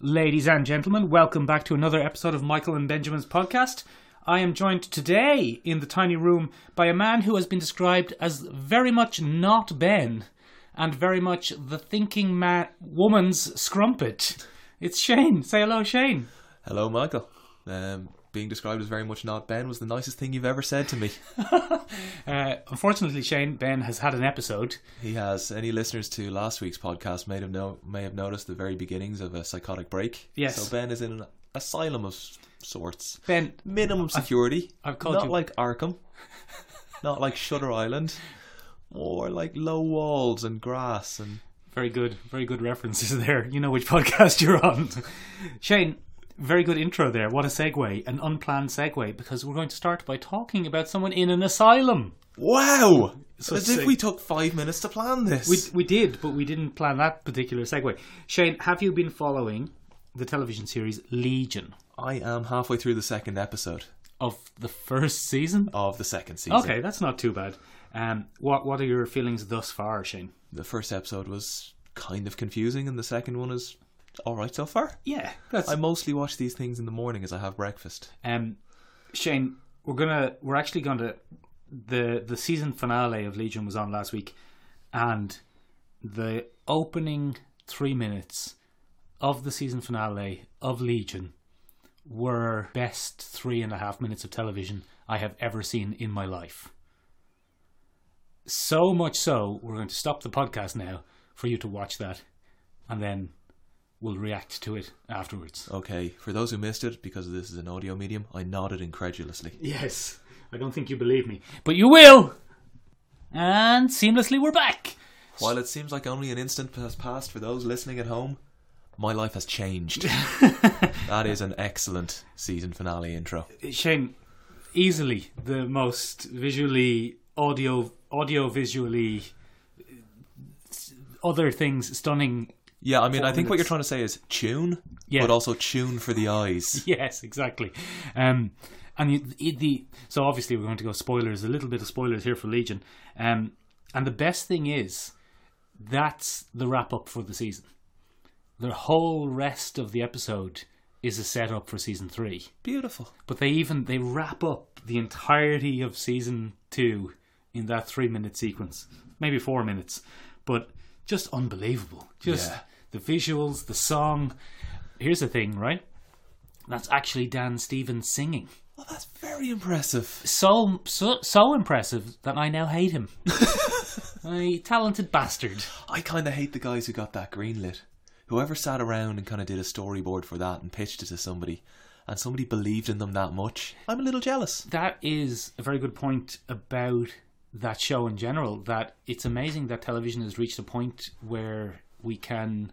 Ladies and gentlemen, welcome back to another episode of Michael and Benjamin's podcast. I am joined today in the tiny room by a man who has been described as very much not Ben and very much the thinking man woman's scrumpet. It's Shane. Say hello, Shane. Hello, Michael. Um, being described as very much not Ben was the nicest thing you've ever said to me. Uh, unfortunately, Shane, Ben has had an episode. He has any listeners to last week's podcast may have no may have noticed the very beginnings of a psychotic break. Yes. So Ben is in an asylum of s- sorts. Ben, Minimum security. I've called not you- like Arkham. not like Shutter Island. More like low walls and grass and Very good, very good references there. You know which podcast you're on. Shane, very good intro there. What a segue, an unplanned segue, because we're going to start by talking about someone in an asylum. Wow! So As sick. if we took five minutes to plan this. We, we did, but we didn't plan that particular segue. Shane, have you been following the television series Legion I am halfway through the second episode of the first season? of the second season. Okay, that's not too bad. Um, what what are your feelings thus far, Shane? the first episode was kind of confusing and the second one is all right so far. Yeah, that's I mostly watch these things in the morning as I have breakfast. Um, Shane, we're gonna we're actually gonna the the season finale of Legion was on last week, and the opening three minutes of the season finale of Legion were best three and a half minutes of television I have ever seen in my life. So much so, we're going to stop the podcast now for you to watch that, and then we'll react to it afterwards. Okay, for those who missed it, because this is an audio medium, I nodded incredulously. Yes. I don't think you believe me, but you will. And seamlessly, we're back. While it seems like only an instant has passed for those listening at home, my life has changed. that is an excellent season finale intro. Shane, easily the most visually audio audio visually uh, other things stunning. Yeah, I mean, I Four think what you're minutes. trying to say is tune, Yeah. but also tune for the eyes. Yes, exactly. Um, and you, the- the so obviously we're going to go spoilers. A little bit of spoilers here for Legion. Um, and the best thing is that's the wrap up for the season. The whole rest of the episode is a setup for season three. Beautiful. but they even they wrap up the entirety of season two in that three minute sequence maybe four minutes but just unbelievable just Yeah. the visuals the song here's the thing right that's actually dan stevens singing Well, that's very impressive. so so so impressive that i now hate him a talented bastard I kind of hate the guys who got that greenlit. Whoever sat around and kind of did a storyboard for that and pitched it to somebody, and somebody believed in them that much, I'm a little jealous. that is a very good point about that show in general that it's amazing that television has reached a point where we can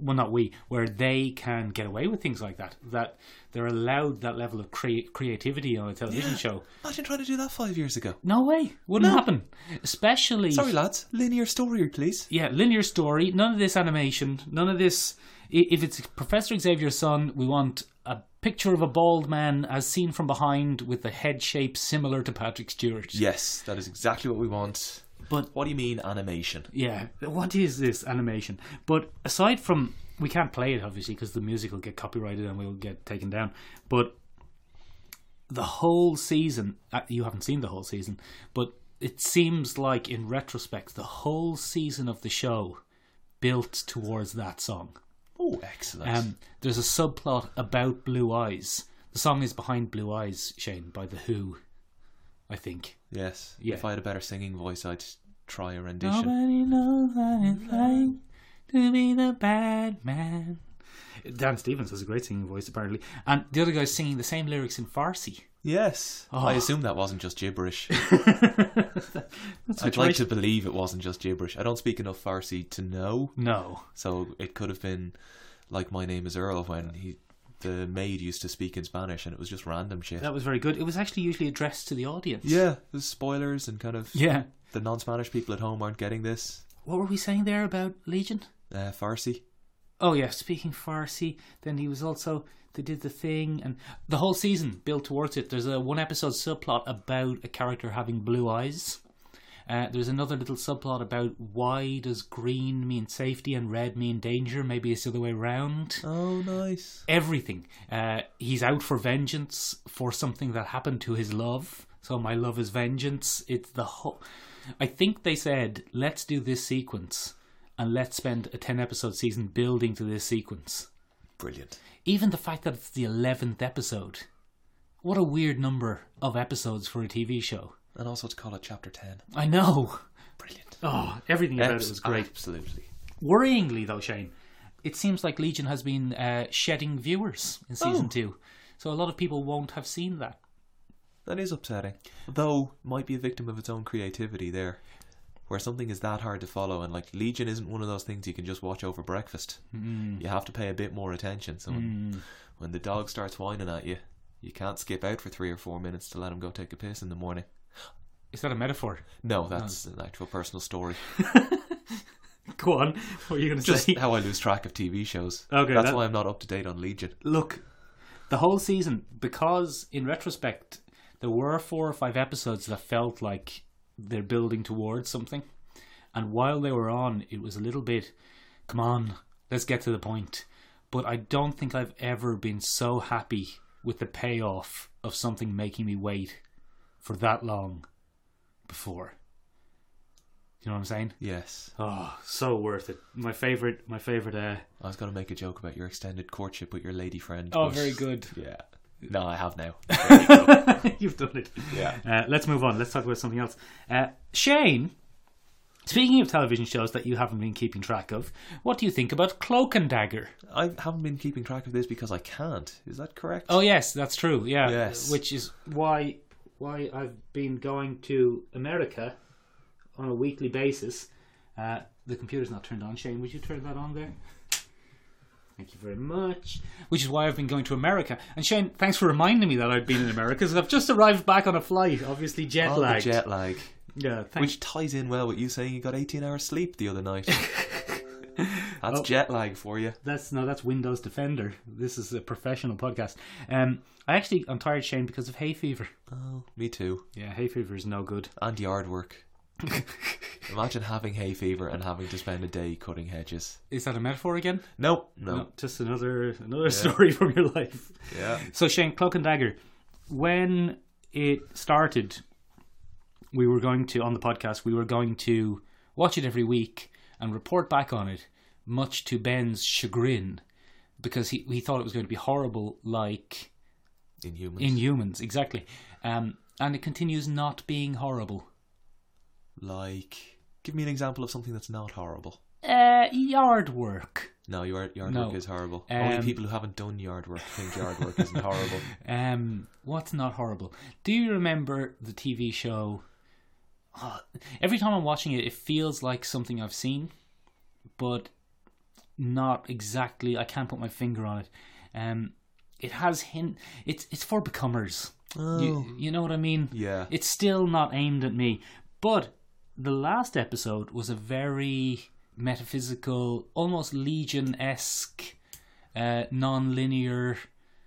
well not we where they can get away with things like that that they're allowed that level of crea- creativity on a television show Imagine trying to do that five years ago. no way wouldn't happen especially Sorry, lads, linear story, please. yeah linear story none of this animation none of this i- if it's professor xavier's son we want a picture of a bald man as seen from behind with a head shape similar to patrick stewart Yes, that is exactly what we want. but What do you mean animation? Yeah, what is this animation? But aside from, we can't play it obviously because the music will get copyrighted and we'll get taken down. But the whole season, uh, you haven't seen the whole season, but it seems like in retrospect, the whole season of the show built towards that song. Oh, excellent. Um, there's a subplot about Blue Eyes. The song is behind Blue Eyes, Shane, by The Who, I think. yes. yeah. Oh, If I had a better singing voice, I'd try a rendition. Nobody knows what it's like to be the bad man. Dan Stevens has a great singing voice, apparently. And the other guy's singing the same lyrics in Farsi. Yes. Oh. I assume that wasn't just gibberish. That's I'd like to believe it wasn't just gibberish. I don't speak enough Farsi to know. No. So it could have been like My Name is Earl when he the maid used to speak in Spanish and it was just random shit. That was very good. It was actually usually addressed to the audience. Yeah, there's spoilers and kind of Yeah. the non Spanish people at home aren't getting this. What were we saying there about Legion? Uh, Farsi. Oh, yeah, speaking Farsi. Then he was also. They did the thing, and the whole season built towards it. There's a one episode subplot about a character having blue eyes. Uh, there's another little subplot about why does green mean safety and red mean danger? Maybe it's the other way around. Oh, nice. Everything. Uh, he's out for vengeance for something that happened to his love. So my love is vengeance. It's the whole. I think they said let's do this sequence and let's spend a ten episode season building to this sequence. Brilliant. Even the fact that it's the eleventh episode. What a weird number of episodes for a TV show. And also to call it Chapter 10. I know. Brilliant. Oh, everything about it Abs- was great. Absolutely. Worryingly, though, Shane, it seems like Legion has been uh, shedding viewers in season Oh. two, so a lot of people won't have seen that. That is upsetting. Though, might be a victim of its own creativity there. Where something is that hard to follow, and like Legion isn't one of those things you can just watch over breakfast. Mm-hmm. Mm. You have to pay a bit more attention. So when, when the dog starts whining at you, you can't skip out for three or four minutes to let him go take a piss in the morning. Is that a metaphor? No, that's an actual personal story. Go on. What are you going to Just say? how I lose track of TV shows. Okay, that's that- why I'm not up to date on Legion. Look, the whole season, because in retrospect, there were four or five episodes that felt like they're building towards something. And while they were on, it was a little bit, come on, let's get to the point. But I don't think I've ever been so happy with the payoff of something making me wait for that long before. You know what I'm saying? Yes, Oh, so worth it. My favorite, my favorite. Uh... I was gonna make a joke about your extended courtship with your lady friend. Oh, but- very good. Yeah. No, I have now. You've done it. Yeah. Uh, let's move on. Let's talk about something else. Uh, Shane, speaking of television shows that you haven't been keeping track of, what do you think about Cloak and Dagger? I haven't been keeping track of this because I can't. Is that correct? Oh yes, that's true. Yeah. Yes. Which is why why I've been going to America on a weekly basis. Uh, the computer's not turned on. Shane, would you turn that on there? Thank you very much. Which is why I've been going to America. And Shane, thanks for reminding me that I'd been in America because I've just arrived back on a flight, obviously jet Oh, the lagged. jet lag. Yeah, thanks. Which ties in well with you saying you got 18 hours sleep the other night. That's jet lag for you. That's no, that's Windows Defender. This is a professional podcast. Um, I actually I'm tired, Shane, because of hay fever. Oh, me too. Yeah, hay fever is no good. And yard work. Imagine having hay fever and having to spend a day cutting hedges. Is that a metaphor again? No, no. No, just another another story from your life. Yeah. So Shane, Cloak and Dagger, when it started, we were going to on the podcast. We were going to watch it every week and report back on it, much to Ben's chagrin, because he he thought it was going to be horrible, like Inhumans. in humans exactly. Um, and it continues not being horrible. like, give me an example of something that's not horrible. Uh, yard work. No, yard, yard No. work is horrible. Only Um, people who haven't done yard work think yard work isn't horrible. Um, what's not horrible? Do you remember the TV show? Ah, every time I'm watching it, it feels like something I've seen, but not exactly. I can't put my finger on it. Um, it has hint. It's it's for becomers. You, you know what I mean? Oh, Yeah. It's still not aimed at me, but the last episode was a very metaphysical, almost Legion esque, uh, non linear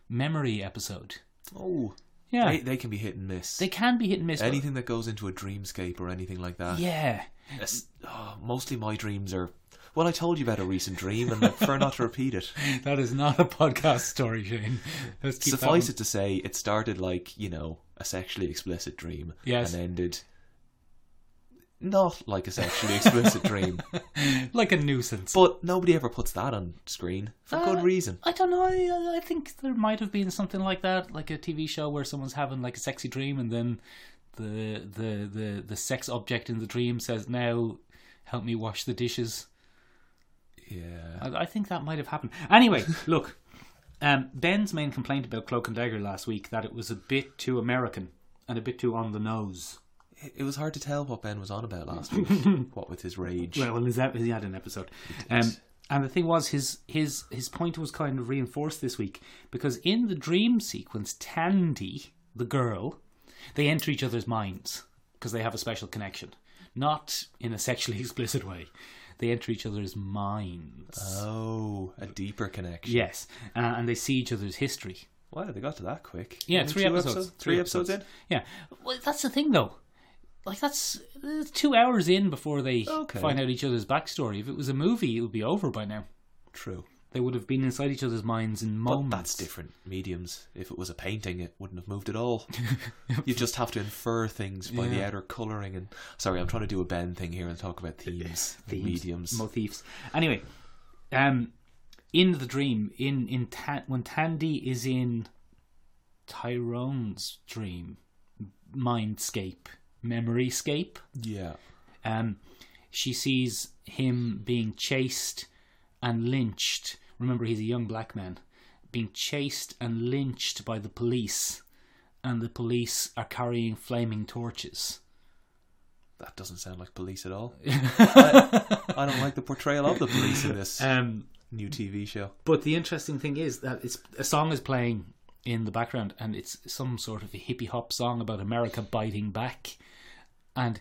memory episode. Oh, Yeah. they, They, they can be hit and miss. can be hit and miss. but- Anything that goes into a dreamscape or anything like that. yeah. Yes. Oh, mostly my dreams are. Well, I told you about a recent dream, and I prefer not to repeat it. That is not a podcast story, Shane. Let's keep that Suffice one- it to say, it started like you know a sexually explicit dream, Yes. and ended not like a sexually explicit dream. Like a nuisance. But nobody ever puts that on screen for Uh, good reason. I don't know. I, I think there might have been something like that, like a TV show where someone's having like a sexy dream, and then the the the the sex object in the dream says, "Now, help me wash the dishes." Yeah. I, I think that might have happened. Anyway, look, um, Ben's main complaint about Cloak and Dagger last week that it was a bit too American and a bit too on the nose. It- It was hard to tell what Ben was on about last week. what with his rage. Well, his ep- he had an episode, um, and the thing was his his his point was kind of reinforced this week because in the dream sequence, Tandy, the girl, they enter each other's minds because they have a special connection, not in a sexually explicit way. They enter each other's minds. oh, a deeper connection. yes, uh, and they see each other's history. Wow, they got to that quick. Yeah, Only three two episodes. Three episodes in? Yeah, well, that's the thing though. like that's it's two hours in before they Okay. find out each other's backstory. If it was a movie, it would be over by now. True. They would have been inside each other's minds in But moments. that's different mediums. If it was a painting, it wouldn't have moved at all. you just have to infer things by the Yeah. outer colouring. And sorry, I'm trying to do a Ben thing here and talk about themes, and Themes, mediums. motifs. Anyway, um, in the dream, in in Ta- when Tandy is in Tyrone's dream, mindscape, memoryscape, yeah, um, she sees him being chased and lynched. Remember, he's a young black man being chased and lynched by the police, and the police are carrying flaming torches. that doesn't sound like police at all. I, I don't like the portrayal of the police in this Um, new TV show. But the interesting thing is that it's a song is playing in the background, and it's some sort of a hippie hop song about America biting back. And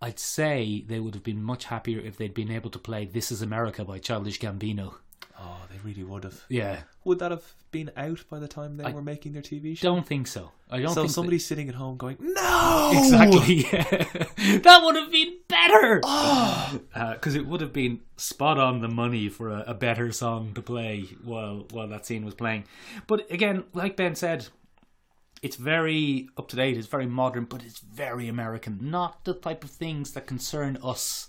I'd say they would have been much happier if they'd been able to play "This Is America" by Childish Gambino. Oh, they really would have. Yeah, Would that have been out by the time they were making their TV show? don't think so. I don't So think somebody's sitting at home going, "No, that- exactly. that would have been better Ah. because it would have been spot on the money for a, a better song to play while while that scene was playing. But again, like Ben said, it's very up to date, it's very modern, but it's very American. Not the type of things that concern us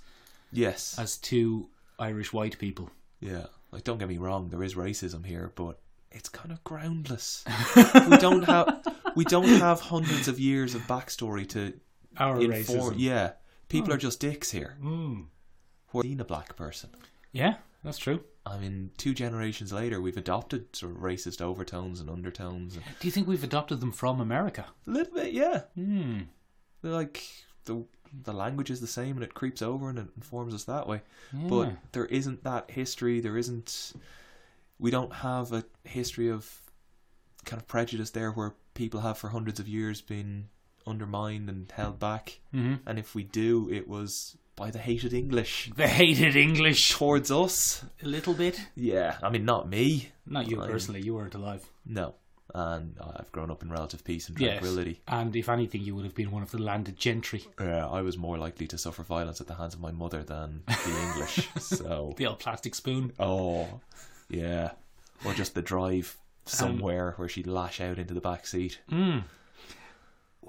Yes, as two Irish white people. yeah. Like, don't get me wrong, there is racism here, but it's kind of groundless. we don't have we don't have hundreds of years of backstory to Our inform. racism. Yeah, people are just dicks here. We're seeing a black person. Yeah, that's true. I mean, two generations later, we've adopted sort of racist overtones and undertones. And Do you think we've adopted them from America? a little bit, yeah. Hmm. They're like the the language is the same and it creeps over and it informs us that way. Yeah. But there isn't that history. There isn't. We don't have a history of kind of prejudice there, where people have for hundreds of years been undermined and held back. Mhm. And if we do, it was by the hated English They hated English towards us. a little bit. Yeah, I mean, not me. Not you I'm- personally, you weren't alive. No, and I've grown up in relative peace and Yes. tranquility. And if anything, you would have been one of the landed gentry, Yeah, I was more likely to suffer violence at the hands of my mother than the English. so, the old plastic spoon. oh, yeah, or just the drive Um, somewhere where she'd lash out into the back seat.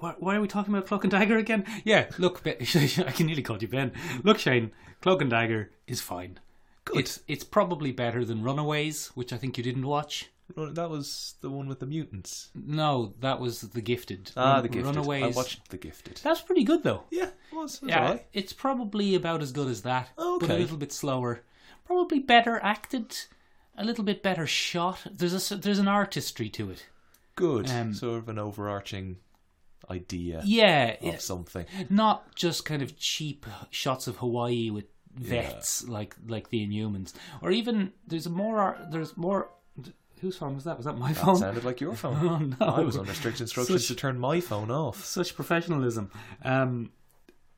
Why, why are we talking about Cloak and Dagger again? Yeah, look, Ben, I can nearly call you Ben. Look, Shane, Cloak and Dagger is fine. Good. It's, it's probably better than Runaways, which I think you didn't watch. No, That was the one with the mutants. No, that was The Gifted. Ah, Run- the gifted. Runaways. I watched the gifted. That's pretty good, though. Yeah, it was. it was Yeah, alright. it's probably about as good as that, but a Okay. little bit slower. Probably better acted, a little bit better shot. There's a s- there's an artistry to it. Good. Um, sort of an overarching idea Yeah, of it- something. not just kind of cheap shots of Hawaii with vets like like the Inhumans, or even there's a more there's more. Whose phone was that? Was that my phone? Sounded like your phone. Oh, no. I was under strict instructions to turn my phone off. such professionalism. Um,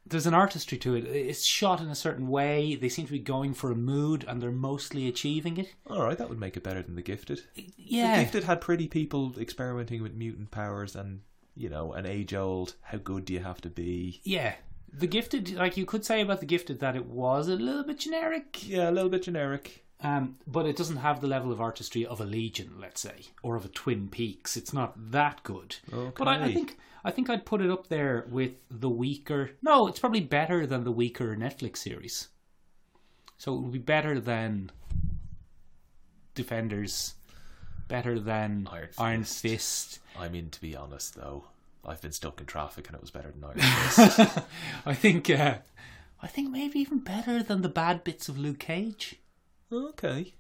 there's an artistry to it. It's shot in a certain way. They seem to be going for a mood, and they're mostly achieving it. All right, that would make it better than the gifted. Yeah, The Gifted had pretty people experimenting with mutant powers and, you know, an age old, how good do you have to be? yeah. The gifted, like you could say about the gifted, that it was a little bit generic, Yeah, a little bit generic. um, but it doesn't have the level of artistry of a Legion, let's say, or of a Twin Peaks. It's not that good. Okay. But I, I think I think I'd put it up there with the weaker. No, it's probably better than the weaker Netflix series. So it would be better than Defenders, better than Iron Iron Fist. Fist. I mean, to be honest, though, I've been stuck in traffic and it was better than Ireland. I think uh, I think maybe even better than the bad bits of Luke Cage. okay.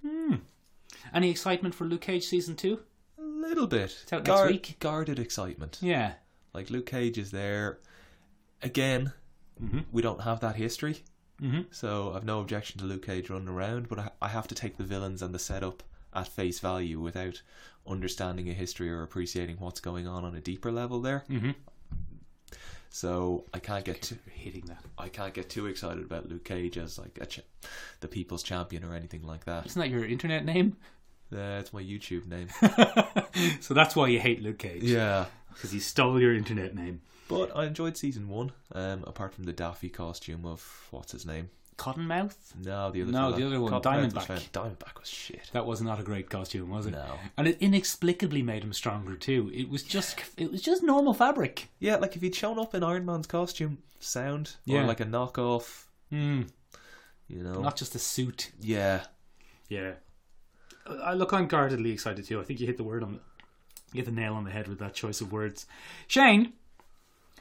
Any excitement for Luke Cage season two? A little bit. It's out next week. Guarded excitement. Yeah, Like, Luke Cage is there. Again, we don't have that history. Mhm. So I've no objection to Luke Cage running around, but I, I have to take the villains and the setup at face value without understanding a history or appreciating what's going on on a deeper level there. Mhm. So I can't get too, hitting that. I can't get too excited about Luke Cage as like a ch- the people's champion or anything like that. Isn't that your internet name? That's my YouTube name. so that's why you hate Luke Cage yeah. because he stole your internet name. But I enjoyed season one. Um, apart from the Daffy costume of what's his name? Cottonmouth. No, the other. No, fella. the other one, Cottonmouth Diamondback. was fan- Diamondback was shit. That was not a great costume, was it? No. And it inexplicably made him stronger too. It was just it was just normal fabric. Yeah, like if he'd shown up in Iron Man's costume, sound Yeah. or like a knockoff, Mm, you know. Not just a suit. yeah, Yeah. I look, I'm guardedly excited too. I think you hit the word on, you hit the nail on the head with that choice of words. Shane,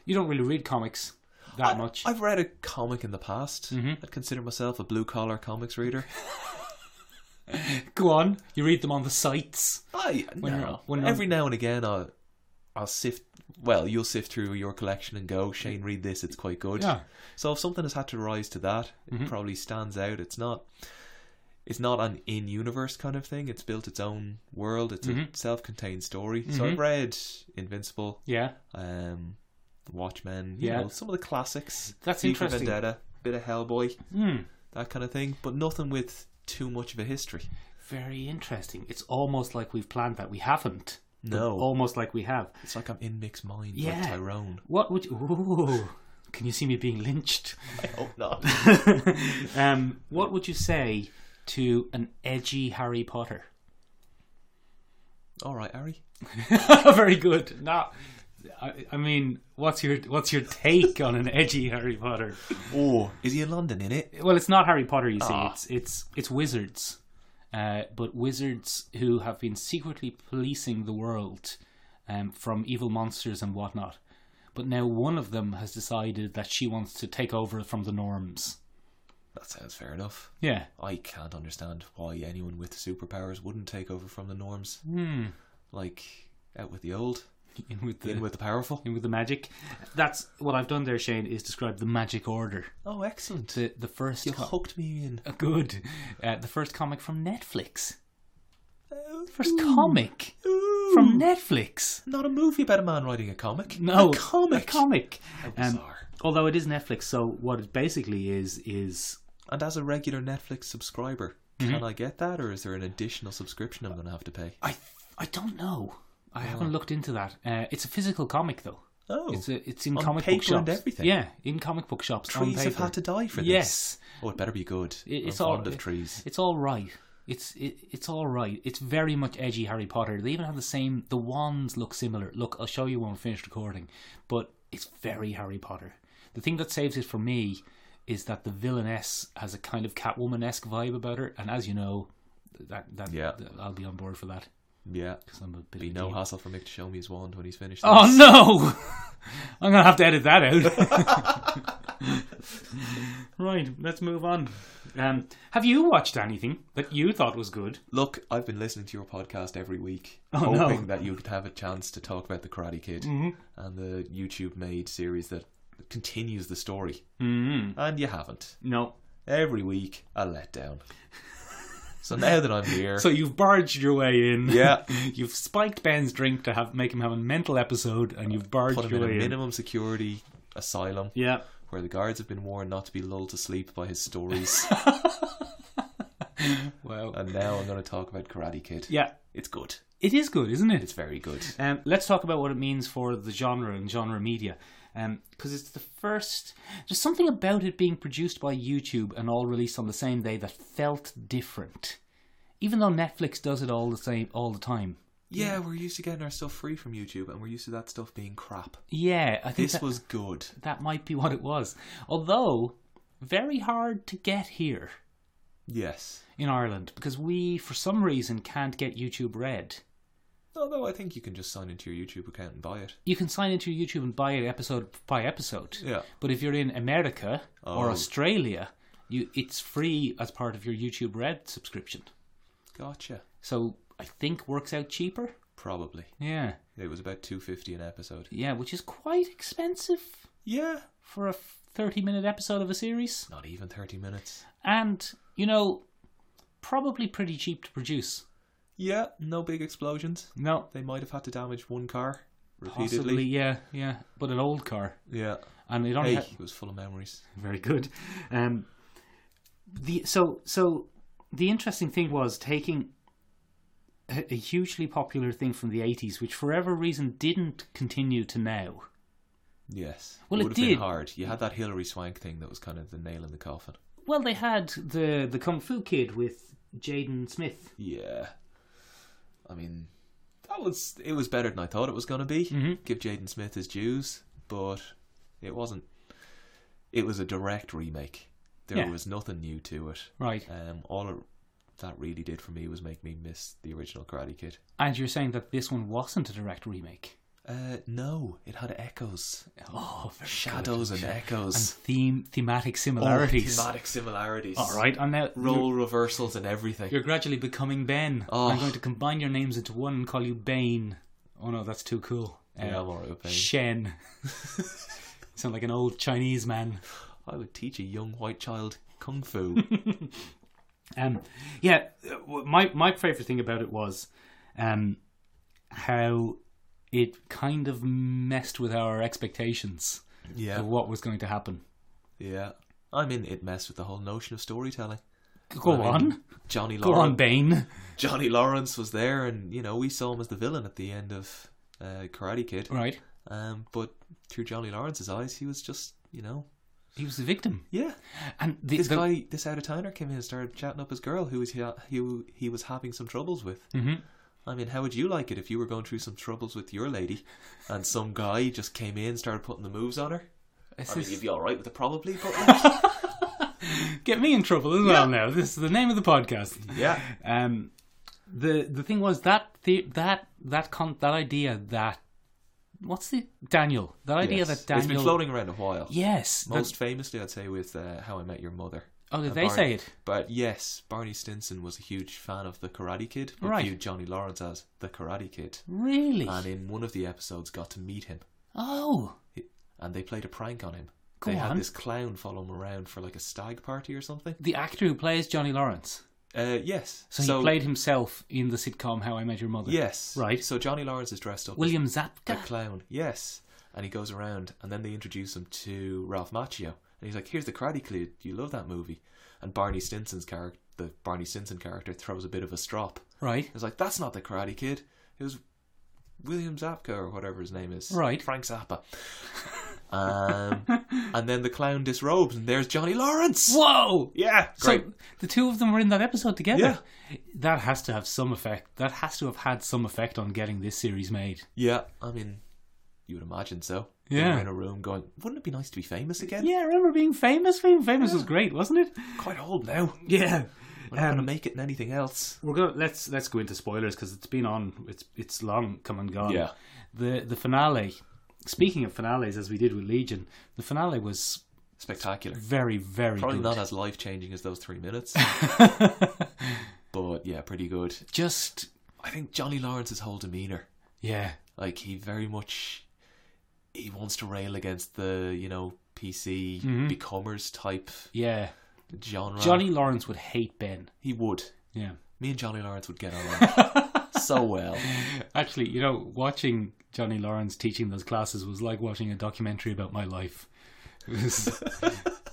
you don't really read comics that much. Mm-hmm. I've read a comic in the past. I'd consider myself a blue collar comics reader. Go on, you read them on the sites. I When Oh, no. you're- when you're- every now and again I'll I'll sift well, you'll sift through your collection and go, Shane, read this, it's quite good. Yeah. Mm-hmm. So if something has had to rise to that, it probably stands out. It's not it's not an in universe kind of thing. It's built its own world, it's Mm-hmm. a self contained story. So I've read Invincible, Yeah, um Watchmen, you Yeah. know, some of the classics. That's V for interesting. Vendetta, bit of Hellboy, Hmm. that kind of thing. But nothing with too much of a history. very interesting. It's almost like we've planned that. We haven't. but No. almost like we have. It's like I'm in mixed mind Yeah. with Tyrone. What would you? Ooh, can you see me being lynched? I hope not. um, what would you say to an edgy Harry Potter? All right, Harry. Very good. No, I, I mean, what's your what's your take on an edgy Harry Potter? Oh, is he in London in it? Well, it's not Harry Potter, you see. Ah. It's it's it's wizards, uh, but wizards who have been secretly policing the world um, from evil monsters and whatnot. But now one of them has decided that she wants to take over from the norms. That sounds fair enough. Yeah. I can't understand why anyone with superpowers wouldn't take over from the norms. Hmm. Like out with the old, In with the in with the powerful. in with the magic. That's what I've done there, Shane. Is describe the magic order. Oh, excellent! The the first You co- hooked me in. Uh, good, uh, the first comic from Netflix. First comic from Netflix. Not a movie about a man writing a comic. No, a comic. A comic. Um, Bizarre. although it is Netflix, so what it basically is is and as a regular Netflix subscriber, Mm-hmm. can I get that, or is there an additional subscription I'm going to have to pay? I I don't know. I haven't looked into that. Uh, it's a physical comic though. Oh, It's a, it's in On comic book paper and shops. everything. Yeah, in comic book shops. on trees have paper. had to die for this. Yes, Oh, it better be good. It- it's I'm all- fond of trees. it's all right. It's it, it's all right. It's very much edgy Harry Potter. They even have the same. The wands look similar. Look, I'll show you when we finish recording. But it's very Harry Potter. The thing that saves it for me is that the villainess has a kind of Catwoman esque vibe about her, and as you know, that that Yeah. that- I'll be on board for that Yeah. 'cause I'm a bit. Be of a no geek. hassle for Mick to show me his wand when he's finished. Oh no! I'm gonna have to edit that out. right, let's move on. Um, have you watched anything that you thought was good? Look, I've been listening to your podcast every week, Oh, no. Mm-hmm. hoping that you'd have a chance to talk about the Karate Kid and the YouTube-made series that continues the story, Mm, and you haven't. no. Every week, a letdown. so now that I'm here, So you've barged your way in. yeah, You've spiked Ben's drink to have make him have a mental episode, and you've barged put him your in a way in. minimum security asylum Yeah. where the guards have been warned not to be lulled to sleep by his stories, Well. and now I'm going to talk about Karate Kid. yeah. It's good. It is good, isn't it? It's very good. Um, let's talk about what it means for the genre and genre media. Because it's the first. There's something about it being produced by YouTube and all released on the same day that felt different. Even though Netflix does it all the same all the time. Yeah, we're used to getting our stuff free from YouTube, and we're used to that stuff being crap. Yeah, I think This that, was good. that might be what it was. Although, very hard to get here Yes. in Ireland because we, for some reason, can't get YouTube Red. Although I think you can just sign into your YouTube account and buy it. You can sign into YouTube and buy it episode by episode. Yeah. But if you're in America or Oh. Australia, you it's free as part of your YouTube Red subscription. Gotcha. So I think works out cheaper. Probably. Yeah, It was about two fifty an episode. yeah, which is quite expensive Yeah. for a thirty-minute episode of a series, Not even thirty minutes. and you know, probably pretty cheap to produce. Yeah. No big explosions. No, They might have had to damage one car repeatedly. possibly, yeah, yeah, but an old car, Yeah. and it only Hey, ha- it was full of memories. very good. Um, the so so the interesting thing was taking a, a hugely popular thing from the eighties, which for whatever reason didn't continue to now. Yes. Well, it it would have been did. hard. You had that Hillary Swank thing that was kind of the nail in the coffin. Well, they had the the Kung Fu Kid with Jaden Smith. Yeah. I mean, that was it was better than I thought it was going to be. Mhm. Give Jaden Smith his dues, but it wasn't. It was a direct remake. There Yeah. was nothing new to it. Right. Um, all it, that really did for me was make me miss the original Karate Kid. And you're saying that this one wasn't a direct remake. Uh, no, it had echoes, Oh, very shadows, and good. and echoes, theme thematic Oh, similarities. thematic similarities. All right, I'm now role reversals and everything. You're gradually becoming Ben. Oh. I'm going to combine your names into one and call you Bane. Oh no, that's too cool. Uh, yeah, I'm alright with Bane. Shen. Sound like an old Chinese man. I would teach a young white child kung fu. Um, yeah, uh, w- my my favorite thing about it was um, how it kind of messed with our expectations yeah, of what was going to happen. yeah. I mean, it messed with the whole notion of storytelling. Go I mean, on, Johnny go on, Lawrence. Bane. Johnny Lawrence was there, and you know we saw him as the villain at the end of uh, Karate Kid. Right, Um, but through Johnny Lawrence's eyes, he was just you know, he was the victim, yeah. and the, This the- guy, this out of towner, came in and started chatting up his girl, who was ha- who he was having some troubles with. Mhm. I mean, how would you like it if you were going through some troubles with your lady, and some guy just came in and started putting the moves on her? this I mean, is- you'd be all right with the probably, but get me in trouble as well. Now this is the name of the podcast. yeah, Um, the the thing was that the, that that con- that idea that what's the Daniel that idea Yes. that Daniel it's been floating around a while. yes that- Most famously, I'd say with uh, How I Met Your Mother. oh did Uh, they Barney- say it But yes, Barney Stinson was a huge fan of the Karate Kid, but Right. viewed Johnny Lawrence as the Karate Kid, really and in one of the episodes got to meet him, oh and they played a prank on him. Go they on. had this clown follow him around for like a stag party or something. the actor who plays Johnny Lawrence Uh, yes. so, he played himself in the sitcom How I Met Your Mother Yes. Right. So Johnny Lawrence is dressed up William as Zapka the clown. Yes. And he goes around, and then they introduce him to Ralph Macchio, and he's like, "Here's the Karate Kid. You love that movie." And Barney Stinson's character, the Barney Stinson character, throws a bit of a strop. right It was like, that's not the Karate Kid. It was William Zapka or whatever his name is. Right. Frank Zappa. um, and then the clown disrobes, and there's Johnny Lawrence. whoa Yeah, great. so the two of them were in that episode together Yeah. that has to have some effect that has to have had some effect on getting this series made yeah, I mean, you would imagine so. They Yeah. were in a room going, wouldn't it be nice to be famous again? Yeah, I remember being famous. Being famous was great, wasn't it? Quite old now. Yeah. We're not going Um, to make it in anything else. We're going to let's let's go into spoilers because it's been on. It's it's long come and gone. Yeah. The the finale. Speaking of finales, as we did with Legion, the finale was Spectacular. very very Probably good. not as life changing as those three minutes, but yeah, pretty good. Just I think Johnny Lawrence's whole demeanour yeah. like he very much he wants to rail against the you know PC becomers type Yeah, genre. Mm-hmm. Johnny Lawrence would hate Ben. he would. Yeah, Me and Johnny Lawrence would get along so well. actually, you know, watching Johnny Lawrence teaching those classes was like watching a documentary about my life. It was-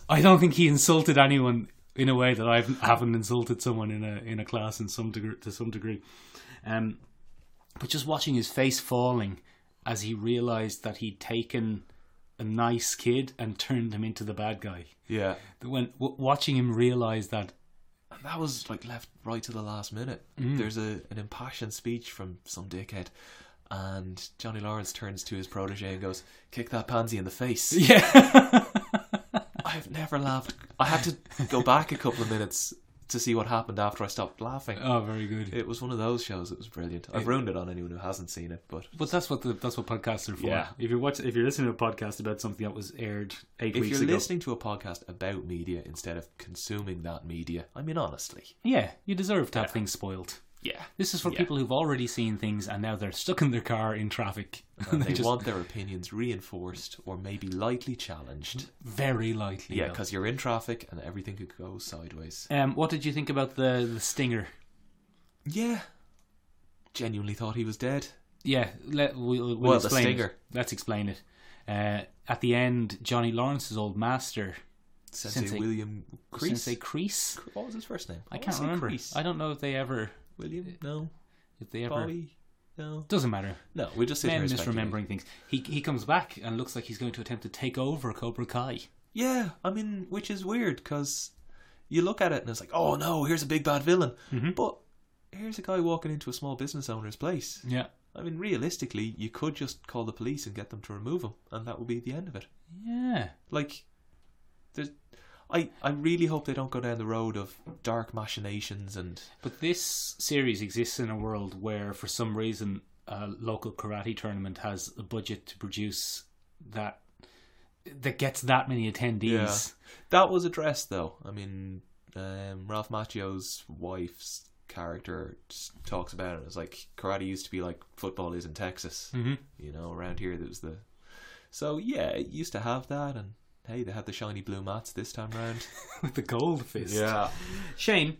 I don't think he insulted anyone in a way that I haven't insulted someone in a in a class in some degree to some degree. Um, but just watching his face falling as he realized that he'd taken a nice kid and turned him into the bad guy. Yeah, When w- watching him realize that, and that was like left right to the last minute. Mm. There's a an impassioned speech from some dickhead. And Johnny Lawrence turns to his protege and goes, "Kick that pansy in the face." yeah, I've never laughed. I had to go back a couple of minutes to see what happened after I stopped laughing. oh, very good. It was one of those shows. It was brilliant. I've ruined it on anyone who hasn't seen it, but But that's what the, that's what podcasts are for. Yeah. If you're watch, if you're listening to a podcast about something that was aired eight if weeks you're ago, listening to a podcast about media instead of consuming that media, I mean, honestly, yeah, you deserve to have things spoiled. yeah, This is for Yeah. people who've already seen things and now they're stuck in their car in traffic. And they they just want their opinions reinforced or maybe lightly challenged. very lightly. Mm-hmm. Yeah, though. because you're in traffic and everything could go sideways. Um, what did you think about the the stinger? Yeah, genuinely thought he was dead. Yeah, let we'll, we'll Well, the explain it. stinger. Let's explain it. Uh, at the end, Johnny Lawrence's old master, Sensei, Sensei- William Crease. Sensei Crease. Oh, What was his first name? Oh, I wanna can't say remember. Crease. Uh, I don't know if they ever William? No. if they ever Bobby. No, Doesn't matter. no, we just sit Men here speculating. misremembering things. He he comes back and looks like he's going to attempt to take over Cobra Kai. Yeah, I mean, which is weird because you look at it and it's like, oh no, here's a big bad villain, but here's a guy walking into a small business owner's place. Yeah. I mean, realistically, you could just call the police and get them to remove him, and that would be the end of it. Yeah. Like, there's, I I really hope they don't go down the road of dark machinations and But this series exists in a world where, for some reason, a local karate tournament has a budget to produce that that gets that many attendees. That was addressed, though. I mean, um, Ralph Macchio's wife's character s- talks about it. It's like karate used to be like football is in Texas. Mhm. You know, around here there was the. So yeah, it used to have that, and hey, they had the shiny blue mats this time round. with the gold fist. Shane,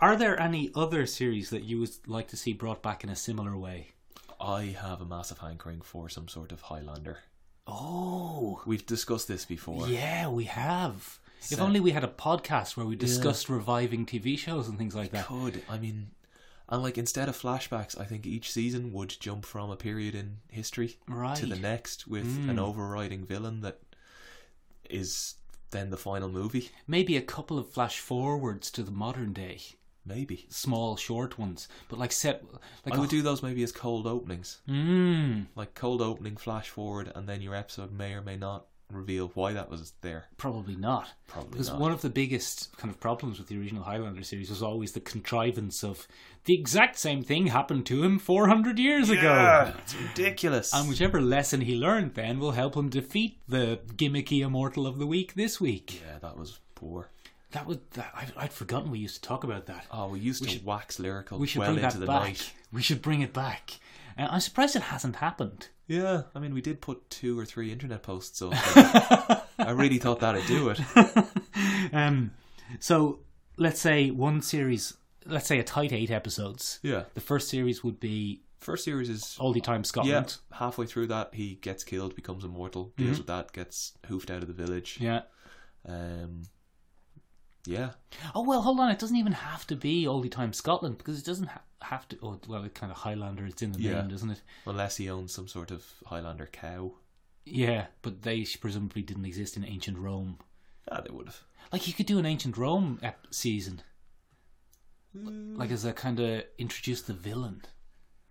are there any other series that you would like to see brought back in a similar way? I have a massive hankering for some sort of Highlander. Oh, We've discussed this before. yeah, we have. If So- only we had a podcast where we discussed reviving TV shows and things like that. Could I mean, and like instead of flashbacks, I think each season would jump from a period in history Right. Hmm. to the next with an overriding villain that is then the final movie. Maybe a couple of flash forwards to the modern day, Maybe small short ones, but like set like I would do those maybe as cold openings, Mm, like cold opening, flash forward, and then your episode may or may not reveal why that was there. probably not. Probably Because not. one of the biggest kind of problems with the original Highlander series was always the contrivance of the exact same thing happened to him 400 years ago. it's ridiculous. And whichever lesson he learned then will help him defeat the gimmicky immortal of the week this week. yeah, that was poor. That would that, I'd, I'd forgotten we used to talk about that. Oh, we used to should- wax lyrical We should well bring into that the back. night. We should bring it back. Uh, I'm surprised it hasn't happened. Yeah, I mean, we did put two or three internet posts up. but I really thought that'd do it. Um, so let's say one series, let's say a tight eight episodes. Yeah, The first series would be first series is Oldie Time yeah. Scotland. Halfway through that, he gets killed, becomes immortal, deals with that, gets hoofed out of the village. Yeah. Um, yeah, Oh well, hold on. It doesn't even have to be Oldie Time Scotland because it doesn't ha- have to. Oh well, it kind of Highlander. It's in the Yeah. name, doesn't it? unless he owns some sort of Highlander cow. Yeah, but they sh- presumably didn't exist in ancient Rome. Ah, they would have. Like you could do an ancient Rome ep- season, Hmm. like as a kind of introduce the villain.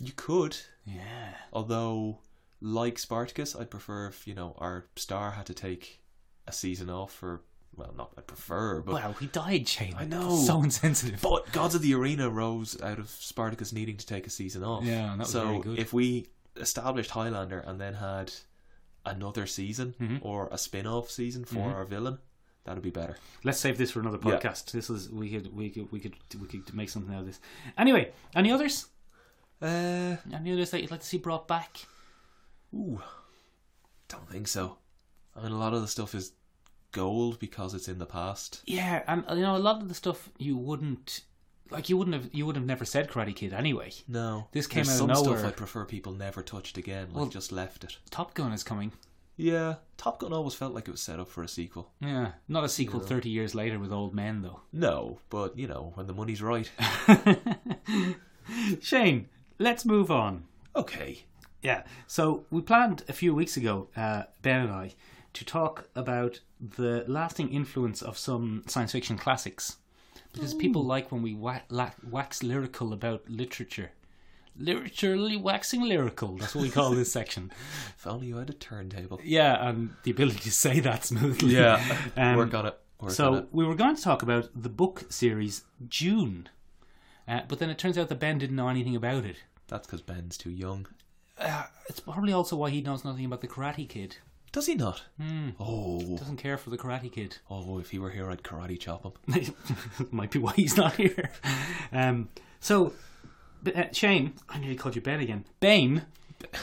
You could, Yeah. although, like Spartacus, I'd prefer if you know our star had to take a season off for. Well, not I prefer, but Wow, he died, Shane. I That's know. So insensitive. But Gods of the Arena rose out of Spartacus needing to take a season off. Yeah, and that was so very good. if we established Highlander and then had another season Mm-hmm. or a spin-off season for our villain, that'd be better. Let's save this for another Yeah. podcast. This is we could we could we could we could make something out of this. Anyway, any others? Uh, Any others that you'd like to see brought back? ooh, don't think so. I mean, a lot of the stuff is gold because it's in the past. Yeah, and you know a lot of the stuff you wouldn't like. You wouldn't have you would have never said Karate Kid anyway. No, This came There's out some of stuff nowhere. I prefer people never touched again, like Well- just left it. Top Gun is coming. Yeah, Top Gun always felt like it was set up for a sequel. Yeah, not a sequel thirty years later with old men though. No, but you know when the money's right. Shane, let's move on. okay. Yeah. So we planned a few weeks ago, uh, Ben and I, to talk about the lasting influence of some science fiction classics, because people like when we wa- la- wax lyrical about literature. Literally waxing lyrical. That's what we call this section. If only you had a turntable. Yeah, and the ability to say that smoothly. Um, work on it. Work on So it. we were going to talk about the book series June, uh, but then it turns out that Ben didn't know anything about it. That's because Ben's too young. It's probably also why he knows nothing about the Karate Kid. Does he not? Hmm. Oh, Doesn't care for the Karate Kid. oh! If he were here, I'd karate chop him. Might be why he's not here. Um, so, B- uh, Shane, I nearly called you Ben again. Bane,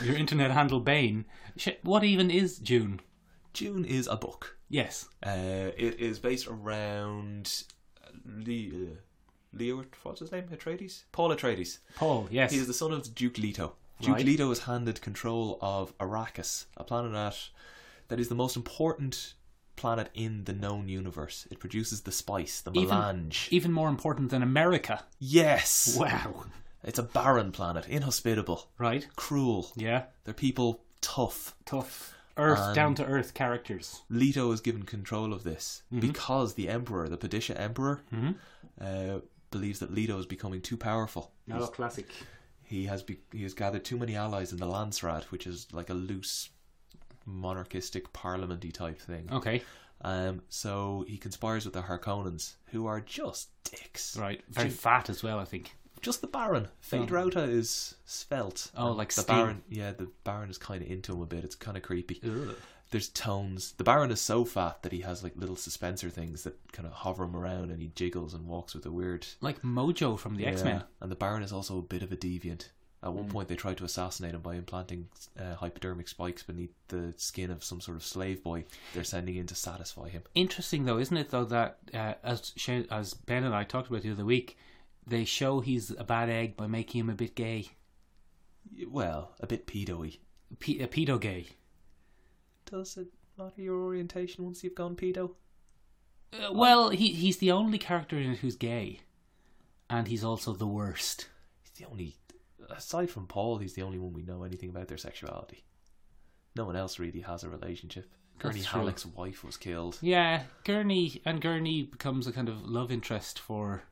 your internet handle Bane. Sh- what even is June? June is a book. Yes. Uh, it is based around Le- uh, Leo. What's his name? Atreides. Paul Atreides. Paul, yes. He is the son of Duke Leto. Duke Right. Leto is handed control of Arrakis, a planet that, that is the most important planet in the known universe. It produces the spice, the Even- melange. Even more important than America. yes. Wow. It's a barren planet, inhospitable, right? cruel. Yeah, Their people tough. tough Earth And- down to earth characters. Leto is given control of this because the Emperor, the Padisha Emperor, uh, believes that Leto is becoming too powerful. Oh, classic. He has be- he has gathered too many allies in the Landsrat, which is like a loose monarchistic parliamenty type thing. Okay, Um, so he conspires with the Harkonnens, who are just dicks. right. Very fat as well, I think. Just the Baron. Fade Rota is svelte. Oh, And like the steel. Baron. Yeah, the Baron is kind of into him a bit. It's kind of creepy. There's tones. The Baron is so fat that he has like little suspensor things that kind of hover him around, and he jiggles and walks with a weird. Like Mojo from the X Men. Yeah. And the Baron is also a bit of a deviant. At one point, they tried to assassinate him by implanting uh, hypodermic spikes beneath the skin of some sort of slave boy they're sending in to satisfy him. Interesting though, isn't it? Though that uh, as Shane, as Ben and I talked about the other week, they show he's a bad egg by making him a bit gay, Well, a bit pedo y. P- a pedo gay. Does it matter your orientation once you've gone pedo? Uh, well, he he's the only character in it who's gay, and he's also the worst. He's the only, aside from Paul, he's the only one we know anything about their sexuality. No one else really has a relationship. Gurney That's true. Halleck's wife was killed. Yeah, Gurney and Gurney becomes a kind of love interest for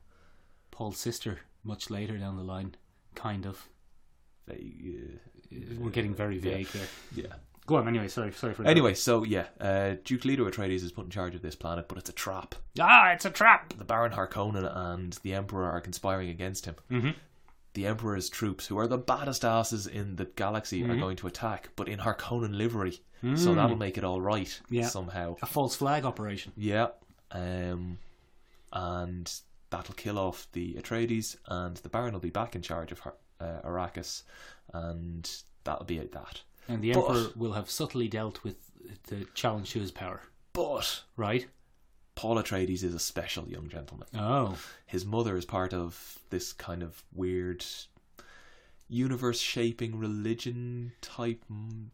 Paul's sister much later down the line, kind of. They, uh, We're getting very vague there. yeah. Go on, anyway. Sorry, sorry for that. Anyway, so yeah, uh, Duke Leto Atreides is put in charge of this planet, but it's a trap. Ah, it's a trap. The Baron Harkonnen and the Emperor are conspiring against him. Mm-hmm. The Emperor's troops, who are the baddest asses in the galaxy, Mm-hmm. are going to attack, but in Harkonnen livery. So that'll make it all right Mm. Yeah. somehow. A false flag operation. Yeah. Um, and that'll kill off the Atreides, and the Baron will be back in charge of Har- uh, Arrakis, and that'll be it that. And the But- Emperor will have subtly dealt with the challenge to his power, But right? Paul Atreides is a special young gentleman. Oh, His mother is part of this kind of weird universe shaping religion type mm,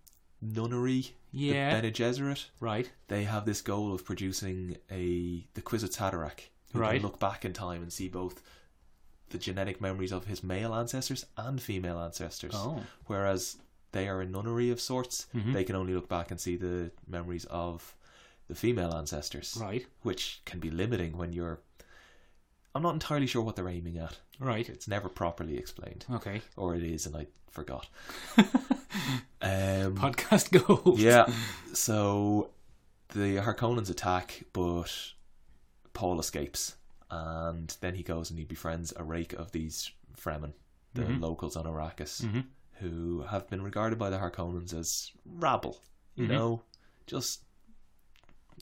nunnery, yeah, the Bene Gesserit. right. they have this goal of producing a the Quizzes Haderach, who Right. can look back in time and see both the genetic memories of his male ancestors and female ancestors. Oh. Mm-hmm. Whereas they are a nunnery of sorts, they can only look back and see the memories of the female ancestors, Right, which can be limiting when you're. I'm not entirely sure what they're aiming at. right. It's never properly explained, Okay. or it is, and I forgot. um, Podcast goes. yeah. So the Harkonnens attack, but Paul escapes, and then he goes and he befriends a rake of these Fremen, the locals on Arrakis, who have been regarded by the Harkonnens as rabble. You know, just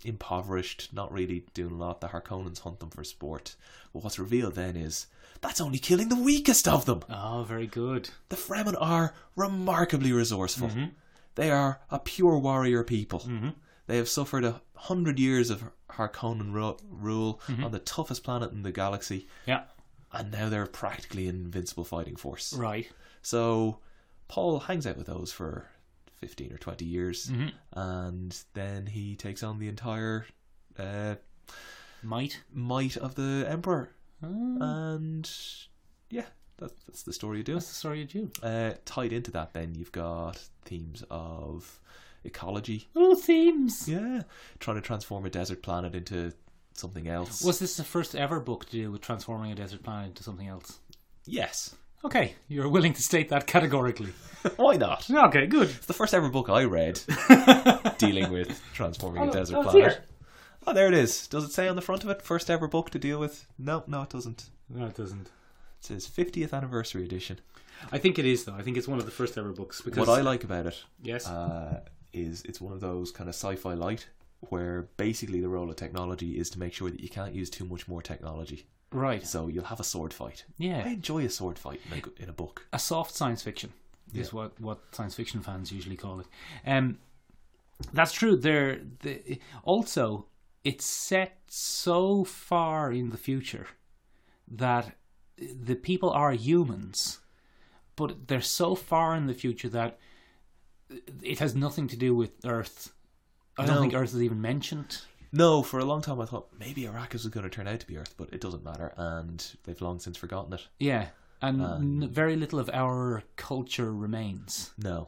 impoverished, not really doing a lot. The Harkonnens hunt them for sport. But what's revealed then is that's only killing the weakest of them. Oh, very good. The Fremen are remarkably resourceful. Mm-hmm. They are a pure warrior people. They have suffered a hundred years of Harkonnen ru- rule on the toughest planet in the galaxy, Yeah, and now they're practically an invincible fighting force. right. So Paul hangs out with those for 15 or 20 years, Mm. and then he takes on the entire uh, Might. might of the Emperor. Oh, And yeah, that, that's the story of Dune. that's the story of June. Uh, tied into that, then you've got themes of ecology. Oh, themes. Yeah, trying to transform a desert planet into something else. Was this the first ever book to do with transforming a desert planet into something else? yes, Okay, you're willing to state that categorically. why not? Okay, good. It's the first ever book I read dealing with transforming a desert oh, it's planet. Oh, there it is. Does it say on the front of it first ever book to deal with? No, no, it doesn't. No, it doesn't. It says 50th anniversary edition. I think it is though. I think it's one of the first ever books because What I like about it yes, uh, is it's one of those kind of sci-fi light where basically the role of technology is to make sure that you can't use too much more technology. right. So you'll have a sword fight. Yeah. I enjoy a sword fight in a, in a book. a soft science fiction is what, what science fiction fans usually call it. Um, that's true. There, the, also it's set so far in the future that the people are humans, but they're so far in the future that it has nothing to do with Earth. I don't No. think Earth is even mentioned. No, for a long time I thought maybe Arrakis was going to turn out to be Earth, but it doesn't matter, and they've long since forgotten it. Yeah, and Um, n- very little of our culture remains. No.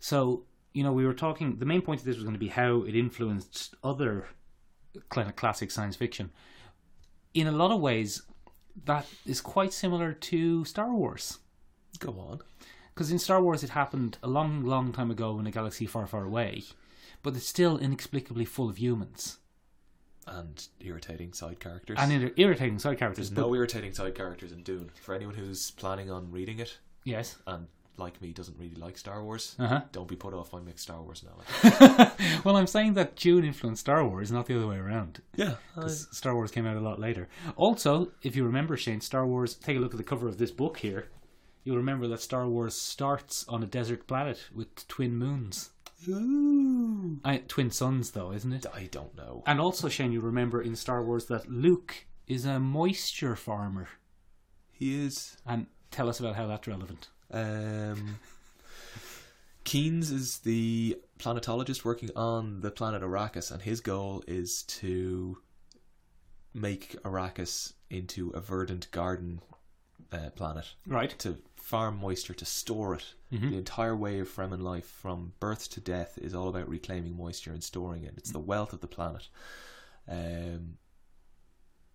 So, you know, we were talking, the main point of this was going to be how it influenced other kind of classic science fiction. In a lot of ways, that is quite similar to Star Wars. Go on. Because in Star Wars, it happened a long, long time ago in a galaxy far, far away, but it's still inexplicably full of humans And irritating side characters. and ir- irritating side characters. There's but- no irritating side characters in Dune. For anyone who's planning on reading it Yes. and, like me, doesn't really like Star Wars, Uh huh. don't be put off by mixed Star Wars knowledge. well, I'm saying that June influenced Star Wars, not the other way around. yeah. 'cause Star Wars came out a lot later. Also, if you remember, Shane, Star Wars, take a look at the cover of this book here. You'll remember that Star Wars starts on a desert planet with twin moons. Ooh. I, twin suns, though, isn't it? I don't know. And also, Shane, you remember in Star Wars that Luke is a moisture farmer. He is. And tell us about how that's relevant. Um, Keynes is the planetologist working on the planet Arrakis, and his goal is to make Arrakis into a verdant garden uh, planet Right. to farm moisture to store it. The entire way of Fremen life, from birth to death, is all about reclaiming moisture and storing it. It's the wealth of the planet. Um,